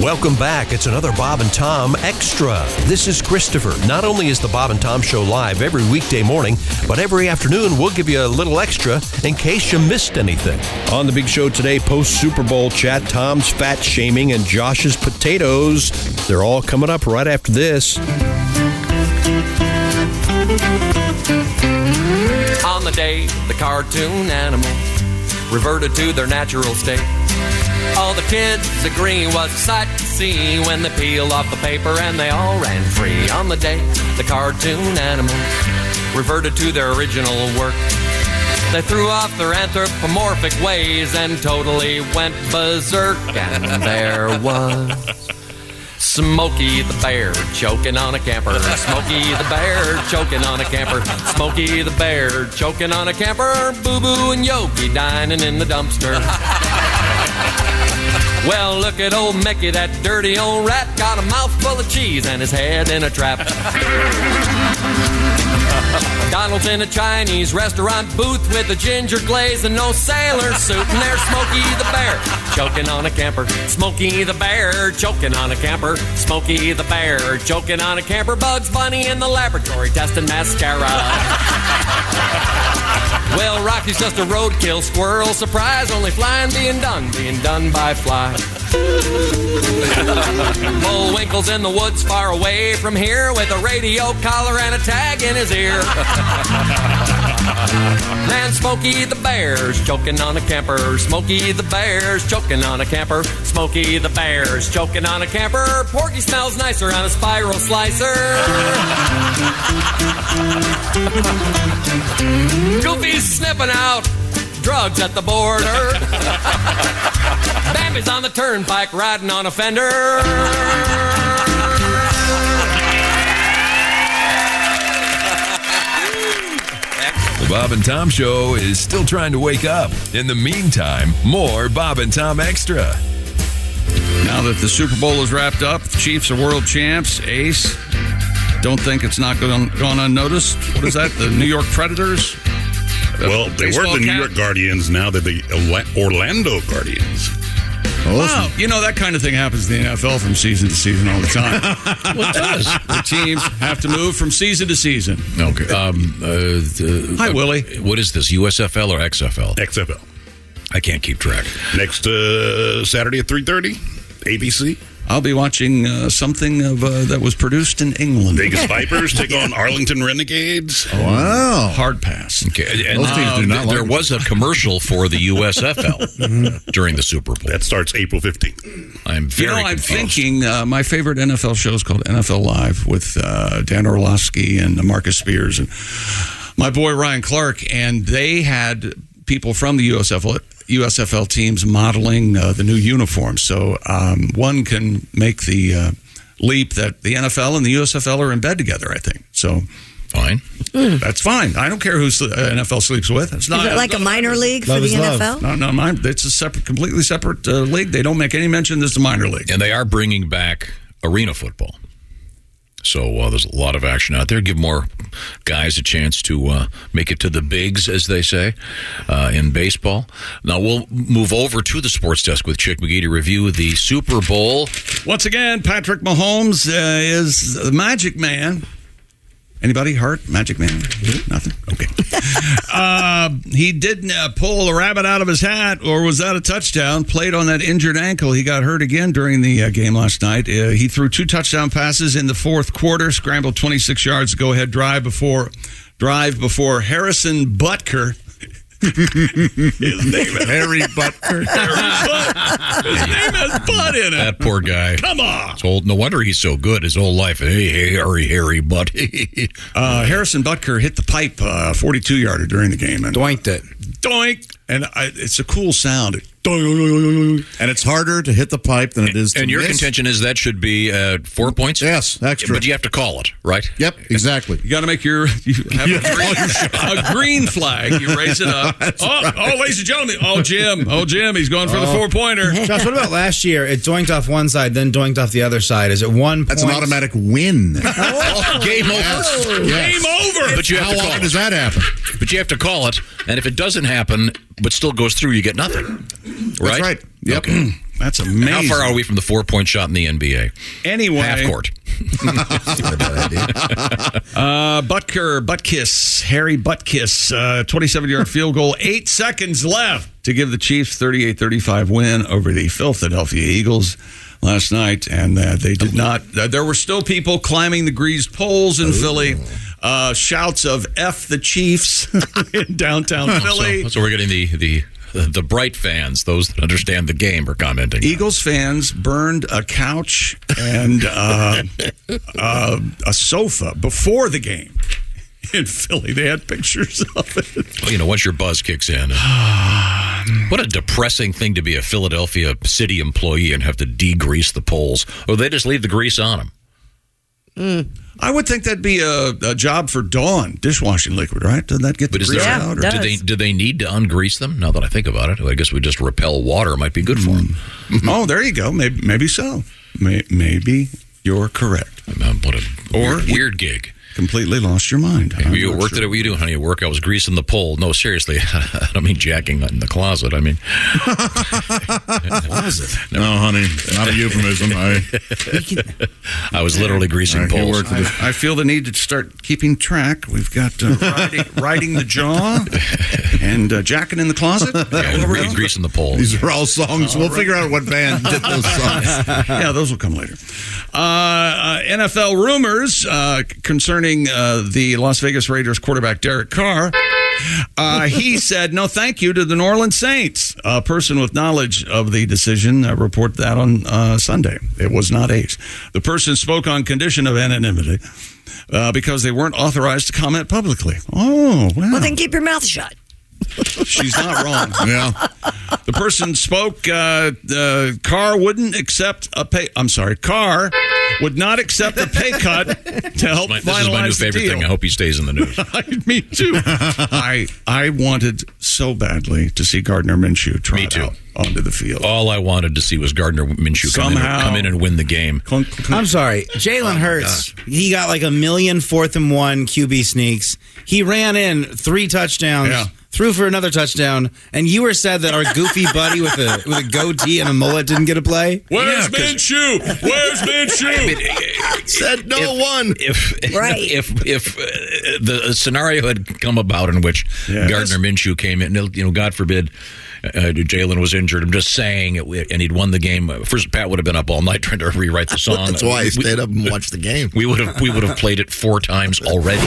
Welcome back. It's another Bob and Tom Extra. This is Christopher. Not only is the Bob and Tom Show live every weekday morning, but every afternoon we'll give you a little extra in case you missed anything. On the big show today, post Super Bowl chat, Tom's fat shaming, and Josh's potatoes. They're all coming up right after this. On the day the cartoon animals reverted to their natural state, all the kids agree was a sight to see when they peeled off the paper and they all ran free. On the day the cartoon animals reverted to their original work, they threw off their anthropomorphic ways and totally went berserk. And there was Smokey the Bear choking on a camper. Smokey the Bear choking on a camper. Smokey the Bear choking on a camper. Boo Boo and Yogi dining in the dumpster. Well, look at old Mickey, that dirty old rat. Got a mouthful of cheese and his head in a trap. Donald's in a Chinese restaurant booth with a ginger glaze and no sailor suit. And there's Smokey the Bear choking on a camper. Smokey the Bear choking on a camper. Smokey the Bear choking on a camper. Bugs Bunny in the laboratory testing mascara. Well, Rocky's just a roadkill squirrel. Surprise, only flying being done, being done by fly. Bullwinkle's in the woods far away from here with a radio collar and a tag in his ear. And Smokey the Bear's choking on a camper. Smokey the Bear's choking on a camper. Smokey the Bear's choking on a camper. Porky smells nicer on a spiral slicer. Goofy's sniffing out drugs at the border. Bambi's on the turnpike riding on a fender. The Bob and Tom Show is still trying to wake up. In the meantime, more Bob and Tom Extra. Now that the Super Bowl is wrapped up, the Chiefs are world champs. Ace, don't think it's not gone, gone unnoticed. What is that? The New York Predators? Well, they were Baseball the New cap? York Guardians. Now they're the Ola- Orlando Guardians. Wow, you know that kind of thing happens in the NFL from season to season all the time. What does? the teams have to move from season to season. Okay. Um, uh, the- Hi, Willie. What is this, USFL or XFL? XFL. I can't keep track. Next uh, Saturday at three thirty, ABC. I'll be watching uh, something of uh, that was produced in England. Vegas Vipers take on Arlington Renegades. Oh. Wow. Hard pass. Okay, and um, Those teams do not there like- was a commercial for the USFL during the Super Bowl. That starts April fifteenth. I'm You very know, I'm confused. thinking uh, my favorite NFL show is called NFL Live with uh, Dan Orlovsky and Marcus Spears and my boy Ryan Clark, and they had people from the USFL USFL teams modeling uh, the new uniforms. So um, one can make the uh, leap that the NFL and the USFL are in bed together. I think so. Fine. That's fine. I don't care who sl- uh, NFL sleeps with. It's not Is it like a minor league for Love the is love. NFL? No, no, mine. It's a separate, completely separate uh, league. They don't make any mention. This is a minor league. And they are bringing back arena football. So uh, there's a lot of action out there. Give more guys a chance to uh, make it to the bigs, as they say, uh, in baseball. Now we'll move over to the sports desk with Chick McGee to review the Super Bowl. Once again, Patrick Mahomes uh, is the Magic Man. Anybody hurt? Magic Man? Nothing. Okay. uh, he didn't uh, pull the rabbit out of his hat, or was that a touchdown? Played on that injured ankle. He got hurt again during the uh, game last night. Uh, he threw two touchdown passes in the fourth quarter, scrambled 26 yards, go ahead drive before drive before Harrison Butker. Harry Butker. His name has butt in it. That poor guy. Come on. It's old. No wonder he's so good his whole life. Hey, hey, Harry, Harry, butt. Uh, Harrison Butker hit the pipe, uh, 42 yarder during the game, and Doinked it. doink, and I, it's a cool sound. It And it's harder to hit the pipe than it is to And your miss. contention is that should be uh, four points? Yes, extra. But you have to call it, right? Yep, exactly. You got to make your you have Yeah. a, green, a green flag. You raise it up. Oh, That's oh, ladies and gentlemen. Oh, Jim. Oh, Jim. He's going for the four pointer. Josh, what about last year? It doinked off one side, then doinked off the other side. Is it one? That's point? an automatic win. Game over. Yes. Game over. But you have Oh, How to call often it. does that happen? But you have to call it, and if it doesn't happen, but still goes through, you get nothing. Right. That's right. Yep. Okay. That's amazing. How far are we from the four point shot in the NBA? Anyway, Half court. Uh, Butker, Buttkiss, Harry Buttkiss, uh, 27-yard field goal, eight seconds left to give the Chiefs 38-35 win over the Philadelphia Eagles last night, and uh, they did not. Uh, there were still people climbing the greased poles in Philly. Uh, shouts of "F the Chiefs" in downtown Philly. So, so we're getting the the the bright fans, those that understand the game, are commenting. Eagles fans burned a couch and uh, uh, a sofa before the game in Philly. They had pictures of it. Well, you know, once your buzz kicks in. What a depressing thing to be a Philadelphia city employee and have to degrease the poles. Or they just leave the grease on them. I would think that'd be a, a job for Dawn dishwashing liquid, right? Doesn't that get the But is grease there, out? Or do they do they need to ungrease them? Now that I think about it, I guess we just repel water might be good for them. oh, there you go. Maybe, maybe so. May, maybe you're correct. Mm. Um, what a Or- weird, weird gig. Completely lost your mind. Hey, I'm were you not at work sure. today? What were you doing, honey? At work, I was greasing the pole. No, seriously, I don't mean jacking in the closet. I mean, No, honey, not a euphemism. I, I was literally greasing I poles. work with I, I feel the need to start keeping track. We've got uh, riding, riding the jaw and uh, jacking in the closet. Yeah, I was greasing the poles. These are all songs. we'll figure out what band did those songs. yeah, those will come later. Uh, uh, NFL rumors uh, concerning uh, the Las Vegas Raiders quarterback Derek Carr. Uh, he said no thank you to the New Orleans Saints. A person with knowledge of the decision uh, reported that on uh, Sunday. It was not Ace. The person spoke on condition of anonymity uh, because they weren't authorized to comment publicly. Oh, wow. Well, then keep your mouth shut. She's not wrong. Yeah. The person spoke. Uh, uh, Carr wouldn't accept a pay. I'm sorry, Carr would not accept a pay cut to help My- finalize this is my new the favorite deal. thing. I hope he stays in the news. Me too. I I wanted so badly to see Gardner Minshew try Me it too. out onto the field. All I wanted to see was Gardner Minshew come in, Somehow. come in and win the game. Clunk, clunk. I'm sorry, Oh, Jalen Hurts. He got like a million fourth and one QB sneaks. He ran in three touchdowns. Yeah. Threw for another touchdown, and you were sad that our goofy buddy with a with a goatee and a mullet didn't get a play. Where's Minshew? Where's Minshew? Said no one. If Right. if if uh, the scenario had come about in which Yeah. Gardner Minshew came in, you know, God forbid, uh, Jalen was injured. I'm just saying, it, and he'd won the game. Uh, First, Pat would have been up all night trying to rewrite the song. That's why I We- stayed up and watched the game. We would have we would have played it four times already.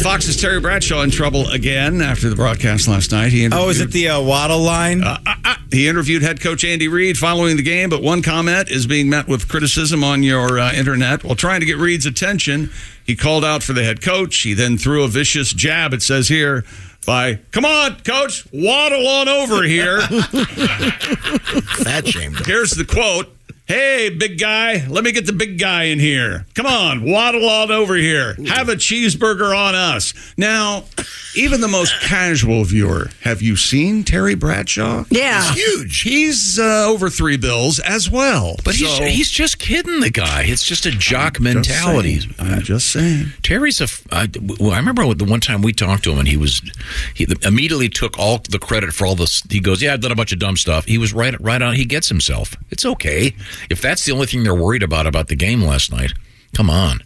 Fox's Terry Bradshaw in trouble again after the broadcast last night. He Oh, is it the uh, Waddle line? Uh, uh, uh, he interviewed head coach Andy Reid following the game, but one comment is being met with criticism on your uh, internet. While trying to get Reid's attention, he called out for the head coach. He then threw a vicious jab, it says here, by, come on, coach, waddle on over here. that shamed Here's the quote. Hey, big guy, let me get the big guy in here. Come on, waddle on over here. Have a cheeseburger on us. Now, even the most casual viewer, have you seen Terry Bradshaw? Yeah. He's huge. He's uh, over three bills as well. But he's So- he's just kidding the guy. It's just a jock mentality. saying. I'm just saying. Terry's a. f- I- well, I remember the one time we talked to him, and he was he immediately took all the credit for all this. He goes, "Yeah, I've done a bunch of dumb stuff." He was right right on. He gets himself. It's okay if that's the only thing they're worried about about the game last night. Come on.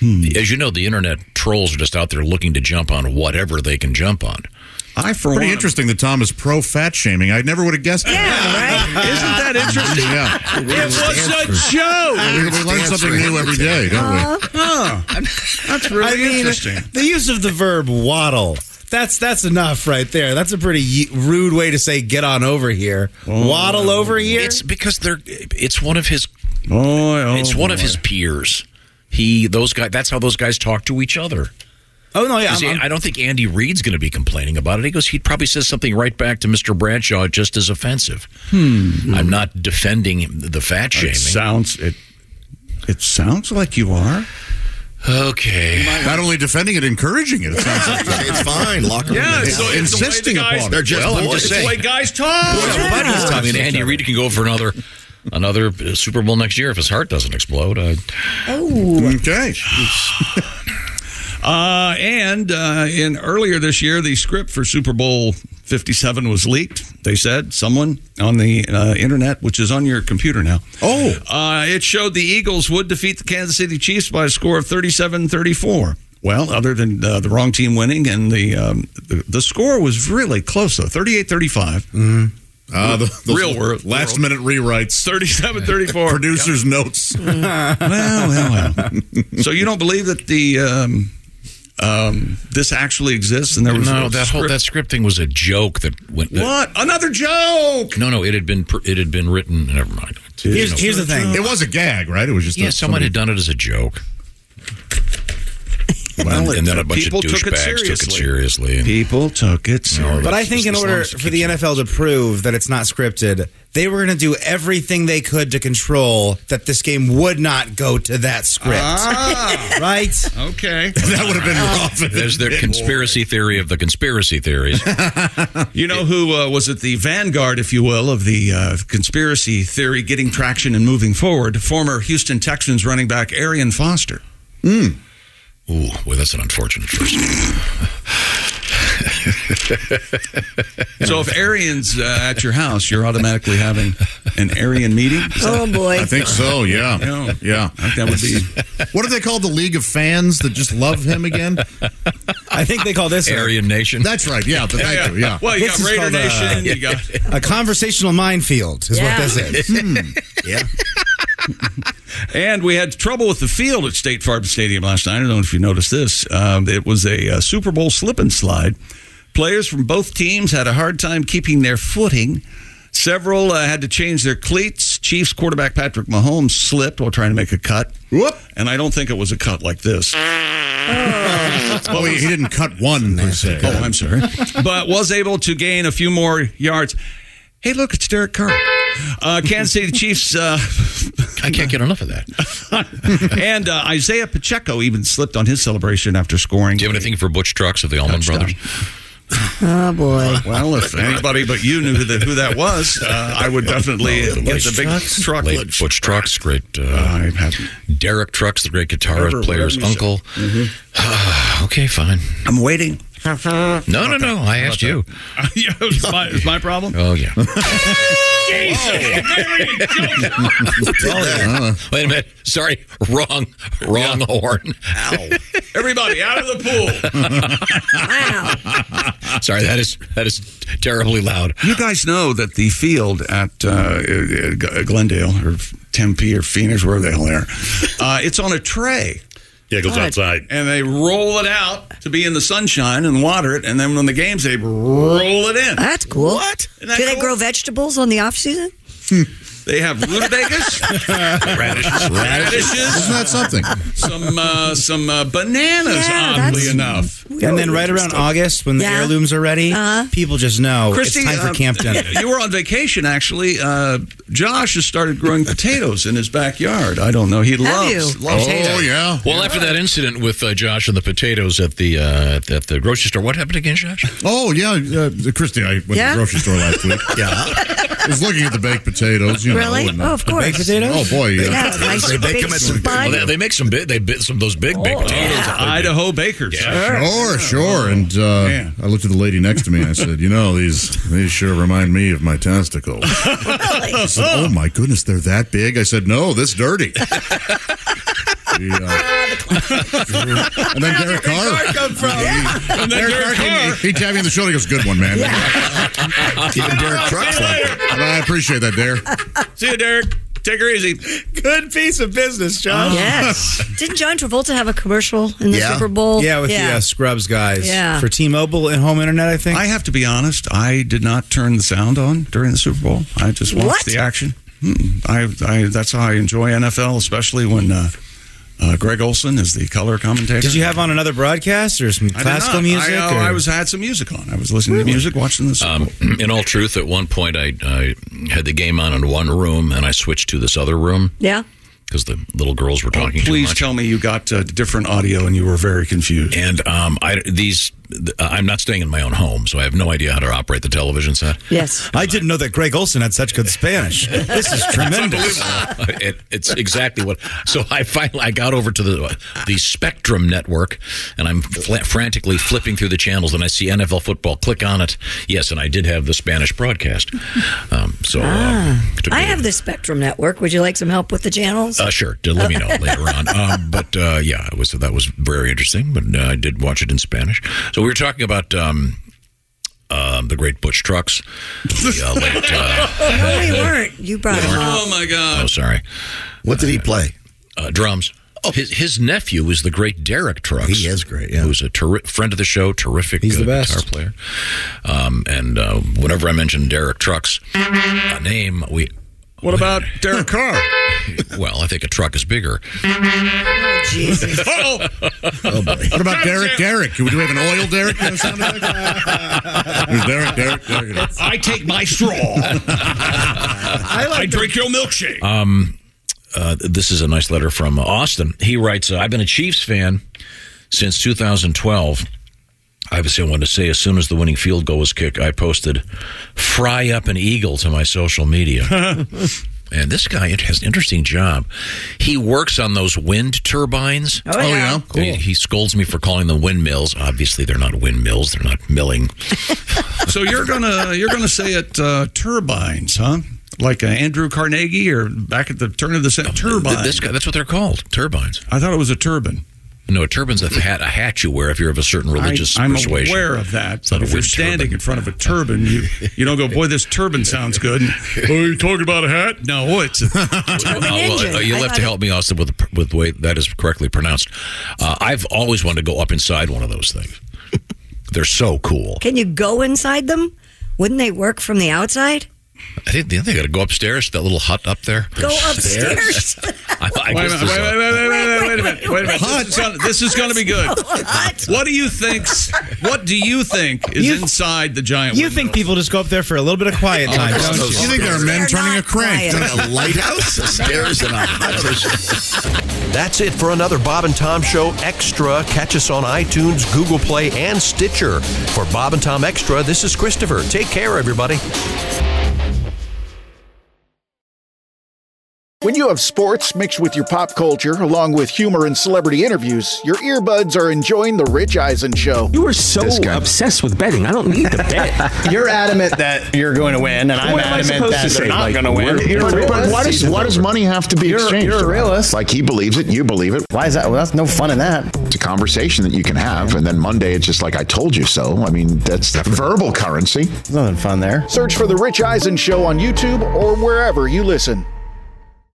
As you know, the internet trolls are just out there looking to jump on whatever they can jump on. I for Pretty interesting that Tom is pro fat shaming. I never would have guessed. Yeah, right. Isn't that interesting? yeah. It was a We, we joke. learn something new every day, don't we? Huh. That's really I mean, interesting. The use of the verb waddle. That's that's enough right there. That's a pretty ye- rude way to say get on over here. Oh. Waddle over here. It's because they're. It's one of his. oh it's one of boy. his peers. He those guys. That's how those guys talk to each other. Oh no, yeah. You see, I'm- I'm- I don't think Andy Reid's going to be complaining about it. He goes, he probably says something right back to Mr. Bradshaw, just as offensive. Hmm. I'm not defending the fat shaming. It sounds it. It sounds like you are. Okay. Not only defending it, encouraging it. It sounds like it's fine. Locker Yeah, it's the- it's the way the insisting guys- upon it. They're just Well, I'm just saying. guys talk. I mean, Andy Reid can go for another another uh, Super Bowl next year if his heart doesn't explode. I, Oh. Okay. Uh, and uh, in earlier this year, the script for Super Bowl 57 was leaked. They said someone on the uh, internet, which is on your computer now. Oh. Uh, it showed the Eagles would defeat the Kansas City Chiefs by a score of 37 34. Well, other than uh, the wrong team winning, and the, um, the the score was really close, though 38 35. Uh, the, those Real world. Last minute rewrites. 37 34. Producer's notes. well, well, well. So you don't believe that the um, um, this actually exists? And there was no, that whole that script thing was a joke that went. that- what another joke? no, no, it had been pr- it had been written. Never mind. Here's- No. here's the thing. It was a gag, right? It was just yeah. a- someone somebody- had done it as a joke. Well, and then a bunch of people douchebags took it took it seriously. seriously. and- People took it seriously. But I think in order for the NFL to prove that it's not scripted, they were going to do everything they could to control that this game would not go to that script. Ah. right? Okay. That would have been rough. if it There's their did. conspiracy theory of the conspiracy theories. You know who uh, was at the vanguard, if you will, of the uh, conspiracy theory getting traction and moving forward? Former Houston Texans running back Arian Foster. Ooh, well, that's an unfortunate first. So if Arian's uh, at your house, you're automatically having an Arian meeting. Oh, boy. I think so. Yeah. Yeah. Yeah. I think that would be. What do they call the league of fans that just love him again? I think they call this a, Aryan Nation. That's right. Yeah. But thank you. Yeah. Well, you This got is Raider called, uh, Nation. you got a conversational minefield, is Yeah. what this is. Hmm. Yeah. And we had trouble with the field at State Farm Stadium last night. I don't know if you noticed this. Um, it was a, uh Super Bowl slip and slide. Players from both teams had a hard time keeping their footing. Several uh, had to change their cleats. Chiefs quarterback Patrick Mahomes slipped while trying to make a cut. Whoop. And I don't think it was a cut like this. Oh, he, he didn't cut one per se. Oh, I'm sorry. but was able to gain a few more yards. Hey, look, it's Derek Carr. Uh, Kansas City Chiefs uh, I can't get enough of that. and uh, Isaiah Pacheco even slipped on his celebration after scoring. Do you have anything for Butch Trucks of the Allman Brothers? Oh, boy. Well, if anybody but you knew who, the, who that was, uh, I would definitely get the big truck. Late Butch Trucks, great. Uh, I haven't. Derek Trucks, the great guitarist Whatever- player's whatever you Mm-hmm. uncle. okay, fine. I'm waiting. No, no, no. I asked you. yeah, it was my, it was my problem. Oh yeah. Whoa. Wait a minute. Sorry, wrong, wrong horn. Everybody out of the pool. Sorry, that is that is terribly loud. You guys know that the field at uh, uh, G- Glendale or Tempe or Phoenix, wherever the hell they are, uh, it's on a tray. Yeah, it goes God. outside. And they roll it out to be in the sunshine and water it. And then when the game's, they roll it in. That's cool. What? Isn't that Do they cool? grow vegetables on the off season? They have rutabagas, radishes, radishes. Isn't that something? Some uh, some uh, bananas, Yeah, that's- oddly enough. and then right around August, when the Yeah. heirlooms are ready, people just know it's time for uh, Camp Dinner. You were on vacation, actually. Uh, Josh has started growing potatoes in his backyard. I don't know. He loves, loves Oh, potatoes. Well, after that incident with uh, Josh and the potatoes at the uh, at the grocery store, what happened again, Josh? Oh yeah, uh, Christy. I went Yeah? to the grocery store last week. Yeah. was looking at the baked potatoes. You Really? Know, and, Oh, of course. Baked potatoes. Oh boy, yeah. Yeah, nice They bake big them at some- spine. Well, they, they make some big. They bit some of those big Oh, baked potatoes. Oh. Idaho bakers. Sure, sure. And uh, I looked at the lady next to me and I said, "You know, these these sure remind me of my testicles." I said, "Oh my goodness, they're that big." I said, "No, this dirty." She, uh, and then Derek Carr. come from? And then Derek Carr, he, he tapped me on the shoulder. He goes, "Good one, man." Even Derek Trucks like that. I appreciate that, Derek. See you, Derek. Take her easy. Good piece of business, John. Yes. Didn't John Travolta have a commercial in the Oh. Super Bowl? Yeah, with the uh, Scrubs guys Yeah. for T-Mobile and home internet. I think. I have to be honest. I did not turn the sound on during the Super Bowl. I just watched What? the action. Mm-mm. I, I that's how I enjoy NFL, especially when uh, uh, Greg Olson is the color commentator. Did you have on another broadcast or some I did classical not. music? I, uh, or- I was had some music on. I was listening to music, watching the Super Bowl. Um, In all truth, at one point I, I had the game on in one room, and I switched to this other room Yeah. because the little girls Oh, were talking too Please much. tell me you got uh, different audio and you were very confused. And um, I, these, th- I'm not staying in my own home, so I have no idea how to operate the television set. Yes. I didn't know that Greg Olson had such good Spanish. this is tremendous. it, it's exactly what. So I finally I got over to the the Spectrum network, and I'm fla frantically flipping through the channels, and I see NFL football. Click on it. Yes, and I did have the Spanish broadcast. Um, so um, it took Ah, I me- have the Spectrum Network. Would you like some help with the channels? Uh, sure. d- Let me know later on. Um, but uh, yeah, it was that was very interesting. But uh, I did watch it in Spanish. So we were talking about um, um, the Great Butch Trucks. The, uh, late, uh, no, we weren't. You brought them up. Oh my oh, God! sorry. What did he play? uh, drums. His, his nephew is the great Derek Trucks. Oh. He is great, yeah. Who's a terri- friend of the show, terrific He's the uh, best. guitar player. Um, and uh, whenever I mention Derek Trucks, a name, we. What about Derek Carr? Well, I think a truck is bigger. Oh, Jesus. oh, What about Derek? Derek? Do we have an oil Derek? that sounded like? There's Derek, Derek, Derek. I take my straw. I, drink your milkshake. Um, uh, this is a nice letter from uh, Austin. He writes, uh, "I've been a Chiefs fan since 2012." Obviously, I wanted to say as soon as the winning field goal was kicked, I posted "fry up an eagle" to my social media. and this guy has an interesting job. He works on those wind turbines. Oh, yeah. Cool. He, he scolds me for calling them windmills. Obviously, they're not windmills; they're not milling. so you're gonna you're gonna say it uh, turbines, huh? Like uh, Andrew Carnegie or back at the turn of the century. Turbine. Th- This guy, that's what they're called, turbines. I thought it was a turban. No, a turban's a hat, a hat you wear if you're of a certain religious I, am persuasion. aware of that. not but a if you're wind standing turban. in front of a turban, you you don't go, boy, this turban sounds good. oh, you talking about a hat? oh, No, it's Uh, well, engine. uh, you'll I have thought- to help me, Austin, with the, pr- with the way that is correctly pronounced. Uh, I've always wanted to go up inside one of those things. They're so cool. Can you go inside them? Wouldn't they work from the outside? I think they got to go upstairs to that little hut up there. Go upstairs. I, I Wait a guess minute, wait, there's a- wait, wait, wait, wait, wait, wait a minute. Wait a minute. Hot. This is gonna- This is going to be good. What? What do you think? What do you think is You- inside the giant? You window? think people just go up there for a little bit of quiet time, don't you? You think there are men They're turning a not crank? quiet. A lighthouse, a stairs, and a That's it for another Bob and Tom Show Extra. Catch us on iTunes, Google Play, and Stitcher. For Bob and Tom Extra, this is Christopher. Take care, everybody. When you have sports mixed with your pop culture, along with humor and celebrity interviews, your earbuds are enjoying The Rich Eisen Show. You are so obsessed with betting. I don't need to bet. You're adamant that you're going to win, and I'm What am I adamant supposed that to they're say? not Like, going to win. we're- You're a But realist. why does, why does money have to be You're- exchanged? you're a realist. Like he believes it, you believe it. Why is that? Well, that's no fun in that. It's a conversation that you can have, and then Monday it's just like I told you so. I mean, that's verbal currency. There's nothing fun there. Search for The Rich Eisen Show on YouTube or wherever you listen.